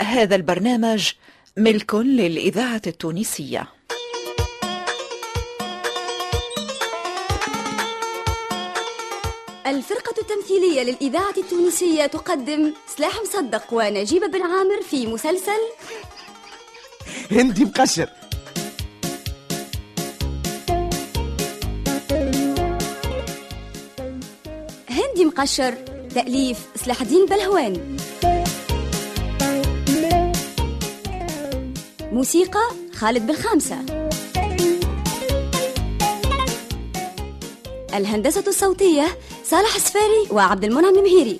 هذا البرنامج ملك للإذاعة التونسية الفرقة التمثيلية للإذاعة التونسية تقدم سلاح مصدق ونجيب بن عامر في مسلسل هندي مقشر هندي مقشر تأليف سلاح الدين بلهوان موسيقى خالد بالخامسة الهندسة الصوتية صالح السفاري وعبد المنعم المهيري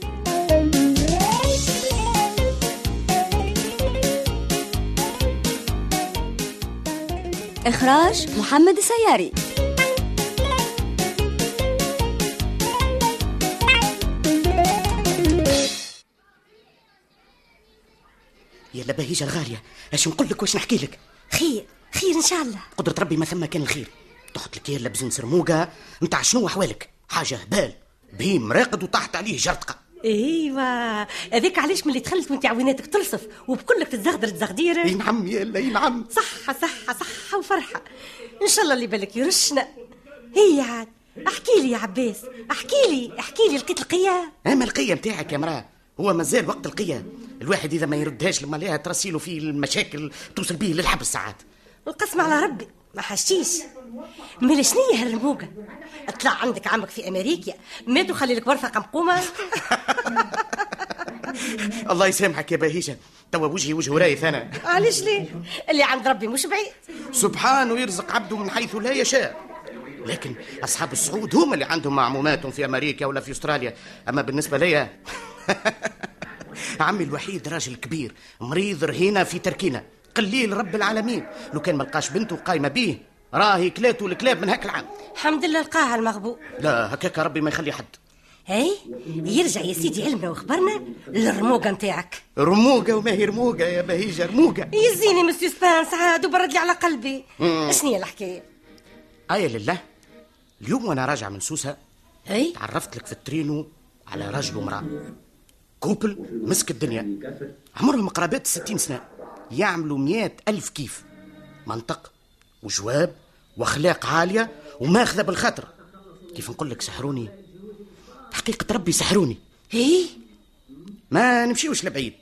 إخراج محمد السياري يا بهيجة الغالية اش نقول لك واش نحكي لك خير خير ان شاء الله قدرة ربي ما ثم كان الخير تحط لك يلا بزنس رموقة متاع شنو احوالك حاجة هبال بهيم راقد وطاحت عليه جرتقة ايوا هذاك إيوة. علاش ملي دخلت وانت عويناتك تلصف وبكلك تزغدر اي تزغدير نعم يلا اي نعم صحة صحة صحة وفرحة ان شاء الله اللي بالك يرشنا هي عاد احكي لي يا عباس احكي لي احكي لي لقيت القيا اما القية متاعك يا مراه هو مازال وقت القية الواحد اذا ما يردهاش لما ليها ترسيله في المشاكل توصل به للحبس ساعات القسم على ربي ما حشيش مال شنية هالرموقة اطلع عندك عمك في امريكا مات وخلي لك ورثة قمقومة الله يسامحك يا بهيجة توا وجهي وجه رايث انا علاش ليه اللي عند ربي مش بعيد سبحانه يرزق عبده من حيث لا يشاء لكن اصحاب الصعود هم اللي عندهم معموماتهم في امريكا ولا في استراليا اما بالنسبه ليا عمي الوحيد راجل كبير مريض رهينه في تركينا قليل رب العالمين لو كان ما لقاش بنته قايمه بيه راهي كلاته الكلاب من هاك العام الحمد لله لقاها المغبوب لا هكاك ربي ما يخلي حد هاي يرجع يا سيدي علمنا وخبرنا للرموقه نتاعك رموقه وما هي رموقه يا بهيجه رموقه يزيني من سسبانس عاد وبرد لي على قلبي شنو هي الحكايه اي آية لله اليوم وانا راجع من سوسه هاي تعرفت لك في الترينو على راجل ومرأة كوبل مسك الدنيا عمرهم قرابات الستين سنة يعملوا مئات ألف كيف منطق وجواب وأخلاق عالية وماخذة بالخاطر كيف نقول لك سحروني حقيقة ربي سحروني هي ما نمشيوش لبعيد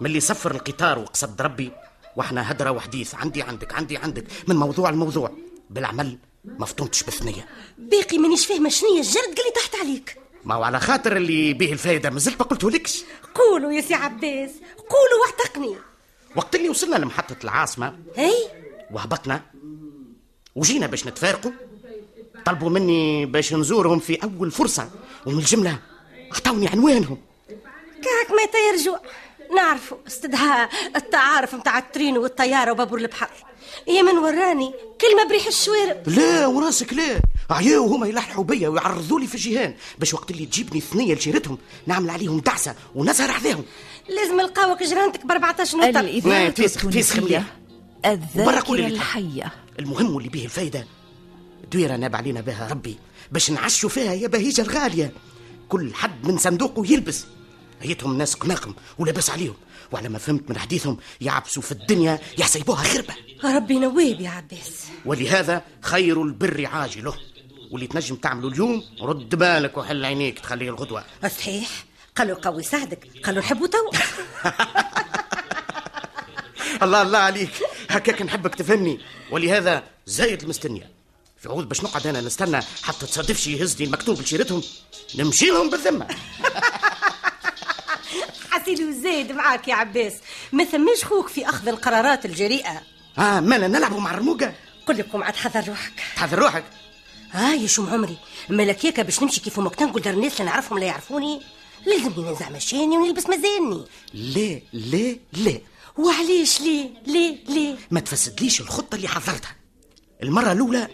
ملي صفر القطار وقصد ربي واحنا هدرة وحديث عندي عندك عندي عندك من موضوع لموضوع بالعمل ما فطنتش بالثنية باقي مانيش فاهمه شنو هي الجرد اللي تحت عليك ما هو على خاطر اللي به الفايدة مازلت ما قلتهولكش قولوا يا سي عباس قولوا واعتقني وقت اللي وصلنا لمحطة العاصمة هاي وهبطنا وجينا باش نتفارقوا طلبوا مني باش نزورهم في أول فرصة ومن الجملة عطوني عنوانهم كاك ما يرجع نعرفوا استدعاء التعارف متاع الترين والطياره وبابور البحر يا من وراني كلمه بريح الشوارب لا وراسك لا عياو هما يلححوا بيا ويعرضوا لي في الجيهان باش وقت اللي تجيبني ثنية لجيرتهم نعمل عليهم دعسة ونسهر حذاهم لازم نلقاوك جيرانتك ب 14 نوطه لا، الإذاعة تيسخ- تيسخ التونسية مليح. برا قولي الذاكرة لي. الحية المهم واللي به الفايدة دويرة ناب علينا بها ربي باش نعشوا فيها يا بهيجة الغالية كل حد من صندوقه يلبس هيتهم ناس قماقم ولاباس عليهم وعلى ما فهمت من حديثهم يعبسوا في الدنيا يحسبوها خربة ربي نواب يا عباس ولهذا خير البر عاجله واللي تنجم تعمله اليوم رد بالك وحل عينيك تخليه الغدوة صحيح قالوا قوي سعدك قالوا نحبوا تو الله الله عليك هكاك نحبك تفهمني ولهذا زايد المستنية في عوض باش نقعد انا نستنى حتى تصادف شي يهزني المكتوب لشيرتهم نمشي لهم بالذمه حسيلو زايد معاك يا عباس ما ثماش خوك في اخذ القرارات الجريئه اه مالا نلعبوا مع الرموقه قل لكم عاد حذر روحك تحذر روحك هاي شو عمري ملكيكة باش نمشي كيف ما تنقل دار الناس لا نعرفهم لا يعرفوني لازمني ننزع مشاني ونلبس مزاني لا لا لا وعليش ليه ليه ليه ما تفسدليش الخطه اللي حضرتها المره الاولى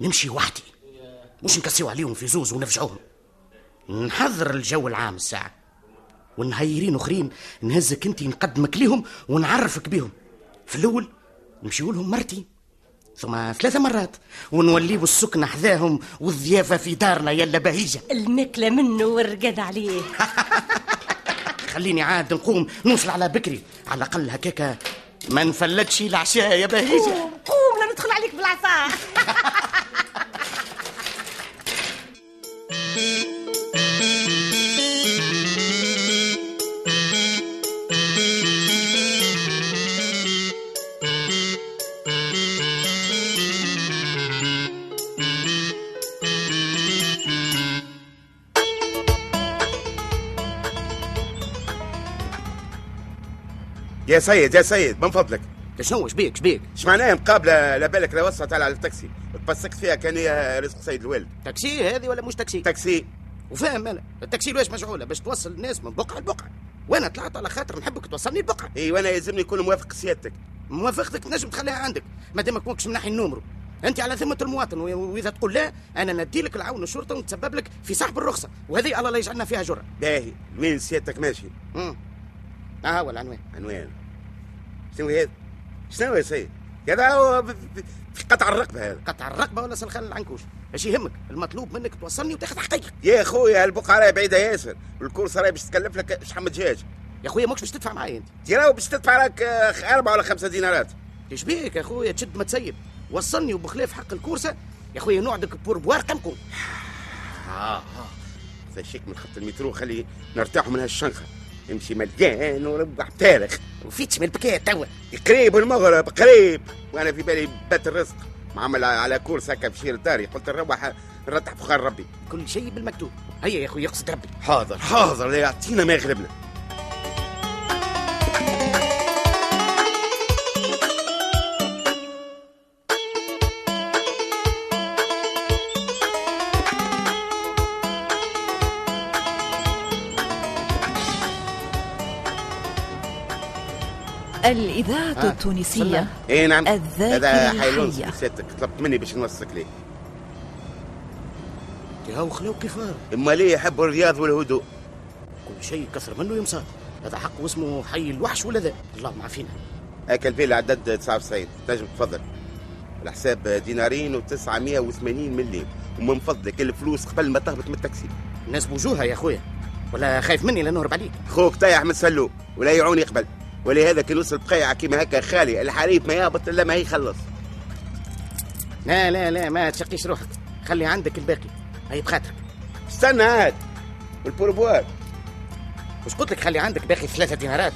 نمشي وحدي مش نكسيو عليهم في زوز ونفجعوهم نحضر الجو العام الساعه ونهيرين اخرين نهزك انت نقدمك ليهم ونعرفك بيهم في الاول نمشيو لهم مرتي ثم ثلاثة مرات ونوليو السكنة حذاهم والضيافة في دارنا يلا بهيجة الماكلة منه والرقاد عليه خليني عاد نقوم نوصل على بكري على الاقل هكاكا ما نفلتش العشاء يا بهيجه قوم قوم لا ندخل عليك بالعصا يا سيد يا سيد من فضلك شنو شبيك شبيك اش معناها مقابله لبالك لا وصلت على التاكسي تبسكت فيها كان هي رزق سيد الوالد تاكسي هذه ولا مش تاكسي تاكسي وفاهم انا التاكسي واش مشعوله باش توصل الناس من بقعه لبقعه وانا طلعت على خاطر نحبك توصلني لبقعه اي إيه، وانا يلزمني نكون موافق سيادتك موافقتك نجم تخليها عندك ما دامك ماكش منحي النومرو انت على ذمه المواطن و- واذا تقول لا انا نديلك العون الشرطه ونتسبب لك في سحب الرخصه وهذه الله لا يجعلنا فيها جرأة باهي وين سيادتك ماشي امم ها هو العنوان عنوان شنو هذا شنو يا سيد هذا هو في- في- في قطع الرقبه هذا قطع الرقبه ولا سلخان العنكوش ايش يهمك المطلوب منك توصلني وتاخذ حقيقك يا خويا هالبقعه راهي بعيده ياسر والكورس راهي باش تكلف لك شحم دجاج يا خويا ماكش باش تدفع معايا انت دي راهو باش تدفع لك آه، اربعه ولا خمسه دينارات ايش بيك يا خويا تشد ما تسيب وصلني وبخلاف حق الكورسه يا خويا نوعدك بوربوار قمكم آه، فشيك من خط المترو خلي نرتاح من هالشنخه امشي مليان وربع تارخ وفيتش من البكاء توا قريب المغرب قريب وانا في بالي بات الرزق معمل على كورس هكا في شير داري قلت نروح نرتاح بخار ربي كل شيء بالمكتوب هيا يا خويا يقصد ربي حاضر حاضر لا يعطينا ما يغلبنا الإذاعة آه، التونسية اي نعم الذاكرة هذا حيلون الحية. سيادتك طلبت مني باش نوثق ليه هاو خلاو كفار اما ليه يحب الرياض والهدوء كل شيء كثر منه يمصاد هذا حق واسمه حي الوحش ولا ذا اللهم عافينا اكل فيه العدد 99 تنجم تفضل الحساب دينارين و980 مليم ومن فضلك الفلوس قبل ما تهبط من التاكسي الناس بوجوها يا خويا ولا خايف مني لا نهرب عليك خوك طايح من سلو ولا يعون يقبل ولهذا كي نوصل بقيعه كيما هكا خالي الحريف ما يهبط الا ما يخلص لا لا لا ما تشقيش روحك خلي عندك الباقي هاي بخاطرك استنى عاد والبوربوار مش قلت لك خلي عندك باقي ثلاثة دينارات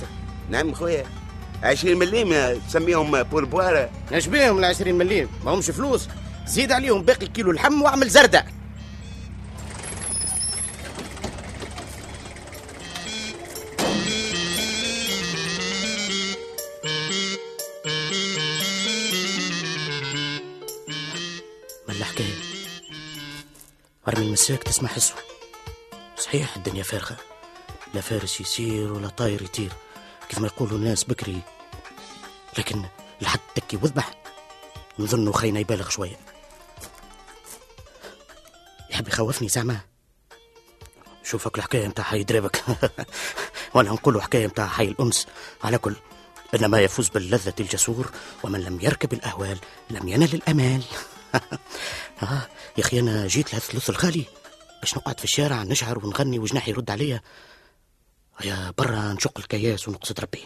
نعم خويا 20 مليم تسميهم بوربوار اش بيهم ال 20 مليم ما همش فلوس زيد عليهم باقي كيلو لحم واعمل زردة ما الحكاية أرمي المساك تسمع حسوة صحيح الدنيا فارغة لا فارس يسير ولا طاير يطير كيف ما يقولوا الناس بكري لكن لحد تكي وذبح نظن خلينا يبالغ شوية يحب يخوفني زعما شوفك الحكاية متاع حي درابك وانا نقول حكاية متاع حي الأمس على كل إنما يفوز باللذة الجسور ومن لم يركب الأهوال لم ينل الأمال آه يا أخي أنا جيت لهالثلث الخالي باش نقعد في الشارع نشعر ونغني وجناحي يرد عليا يا برا نشق الكياس ونقصد ربي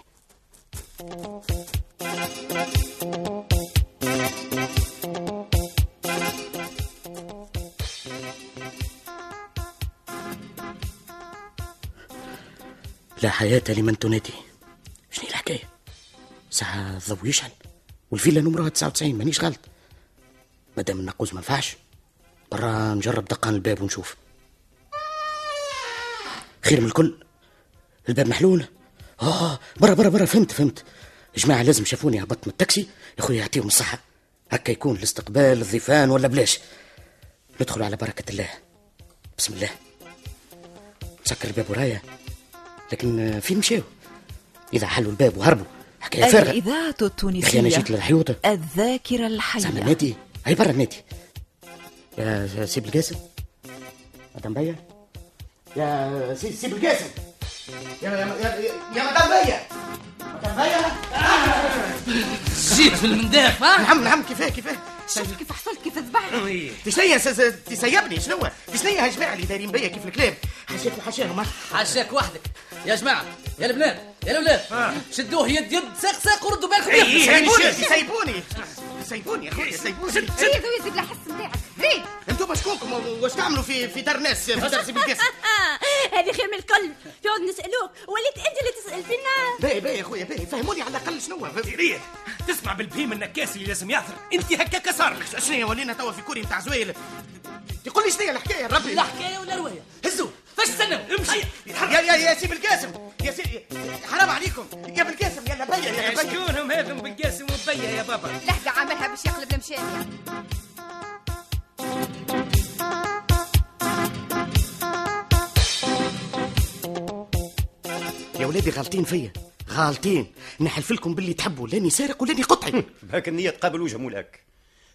لا حياة لمن تنادي شنو الحكاية ساعة الضوء يشعل والفيلا نمرها 99 مانيش غلط مادام النقوز ما نفعش برا نجرب دقان الباب ونشوف خير من الكل الباب محلول اه برا برا برا فهمت فهمت جماعة لازم شافوني هبطت من التاكسي يا خويا يعطيهم الصحة هكا يكون الاستقبال الضيفان ولا بلاش ندخل على بركة الله بسم الله مسكر الباب ورايا لكن آه، فين مشاو إذا حلوا الباب وهربوا حكاية فارغة الإذاعة يا أخي أنا التونسية جيت للحيوطة الذاكرة زعما الحية النادي هاي برا النادي يا يا سيب القاسم مدام بيا يا سي- سيب القاسم يا يا يا يا مدام بيا مدام بيا جيت في المنداف ها نعم نعم كيفاه كيفاه شوف كيف حصلت كيف ذبحت تشنيا تسيبني شنو تشنيا هاي جماعه اللي دايرين بيا كيف الكلاب حاشاك وحاشاهم حاشاك وحدك يا جماعه يا البنات يا الاولاد شدوه يد يد ساق ساق وردوا بالكم إيه، يا سيبوني سيبوني سيبوني يا خويا سيبوني شد شد زوي زيد الحس نتاعك زيد انتم شكوكم واش تعملوا في في دار ناس في دار سيب الكاس هذه خير من الكل يقعد نسألوك وليت أنت اللي تسأل فينا باهي باهي يا خويا باهي فهموني على الاقل شنو ريت تسمع بالبهيم النكاس اللي لازم يعثر انت هكاك صار لك شنو هي ولينا توا في كوري نتاع زويل تقول لي شنو هي الحكايه ربي لا حكايه ولا روايه هزوا فاش تستنوا امشي يا يا يا سي بالقاسم يا سي حرام عليكم يا بالقاسم يلا بيا يلا بيا شكونهم هذا بن قاسم وبيا يا بابا لحظة عملها باش يقلب المشاية يا ولادي غالطين فيا غالطين نحلف لكم باللي تحبوا لاني سارق ولاني قطعي هاك النية تقابل وجه مولاك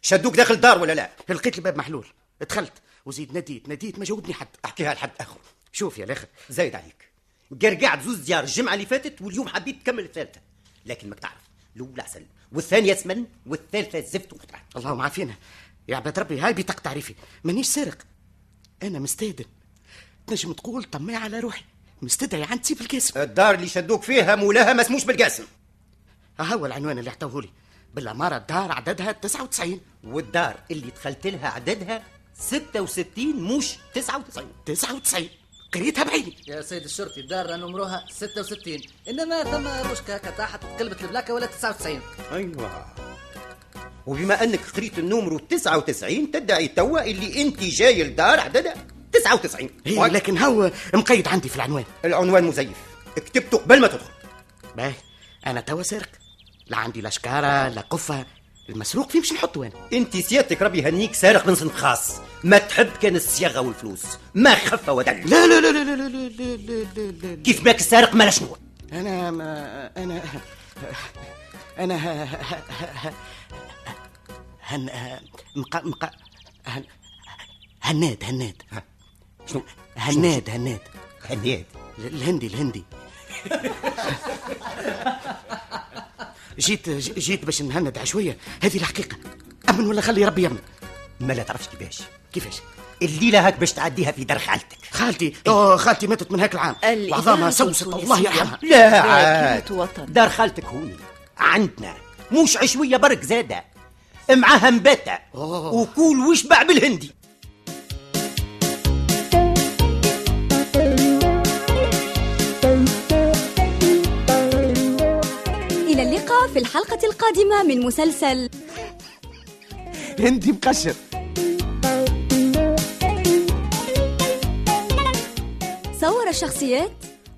شدوك داخل دار ولا لا لقيت الباب محلول دخلت وزيد ناديت ناديت ما جاوبني حد احكيها لحد اخر شوف يا الاخر زايد عليك قرقعت زوز ديار الجمعة اللي فاتت واليوم حبيت تكمل الثالثة لكن ماك تعرف الأولى عسل والثانية سمن والثالثة زفت وقطرة اللهم عافينا يا عباد ربي هاي بطاقة تعريفي مانيش سارق انا مستاذن تنجم تقول طماع على روحي مستدعي عندي بالقاسم الدار اللي شدوك فيها مولاها ما اسموش بالقاسم ها هو العنوان اللي عطاوه لي بالعمارة الدار عددها 99 والدار اللي دخلت لها عددها 66 موش 99 99 قريتها بعيني يا سيد الشرطي الدار نمرها 66 انما ثم بوشكا تحت قلبت البلاكه ولا 99 ايوه وبما انك قريت النمرو 99 تدعي توا اللي انت جاي لدار عددها 99 هي وهك- إيه، لكن هو مقيد عندي في العنوان العنوان مزيف كتبته قبل ما تدخل باه انا توا سارق لا عندي لا شكاره لا قفه المسروق فيه مش نحطه انا انت سيادتك ربي يهنيك سارق من صنف خاص ما تحب كان الصياغه والفلوس ما خفه ودل لا لا لا لا لا لا لا لا لا, لا, لا. كيف ماك السارق ما لا شنو انا ما انا انا ه- ه- ه- هن مقا مقا هن هناد هناد شنو هناد هناد هنياد الهندي الهندي جيت جيت باش نهند عشويه هذه الحقيقه امن ولا خلي ربي يمن ما لا تعرفش كيفاش كيفاش الليله هاك باش تعديها في دار خالتك خالتي أوه خالتي ماتت من هاك العام الإذاعة وعظامها سوست الله التونسية. يرحمها لا ذاكرة عاد وطن. دار خالتك هوني عندنا موش عشويه برك زاده معاها مباتة أوه. وكول وشبع بالهندي إلى اللقاء في الحلقة القادمة من مسلسل هندي مقشر صور الشخصيات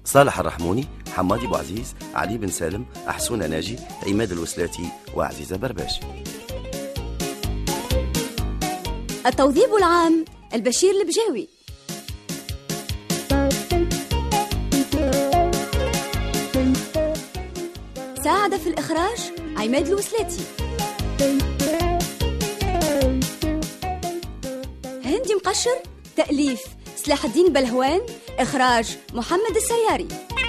صالح الرحموني حمادي بو عزيز علي بن سالم أحسون ناجي عماد الوسلاتي وعزيزة برباش التوظيف العام البشير البجاوي ساعد في الإخراج عماد الوسلاتي هندي مقشر تأليف سلاح الدين بلهوان إخراج محمد السياري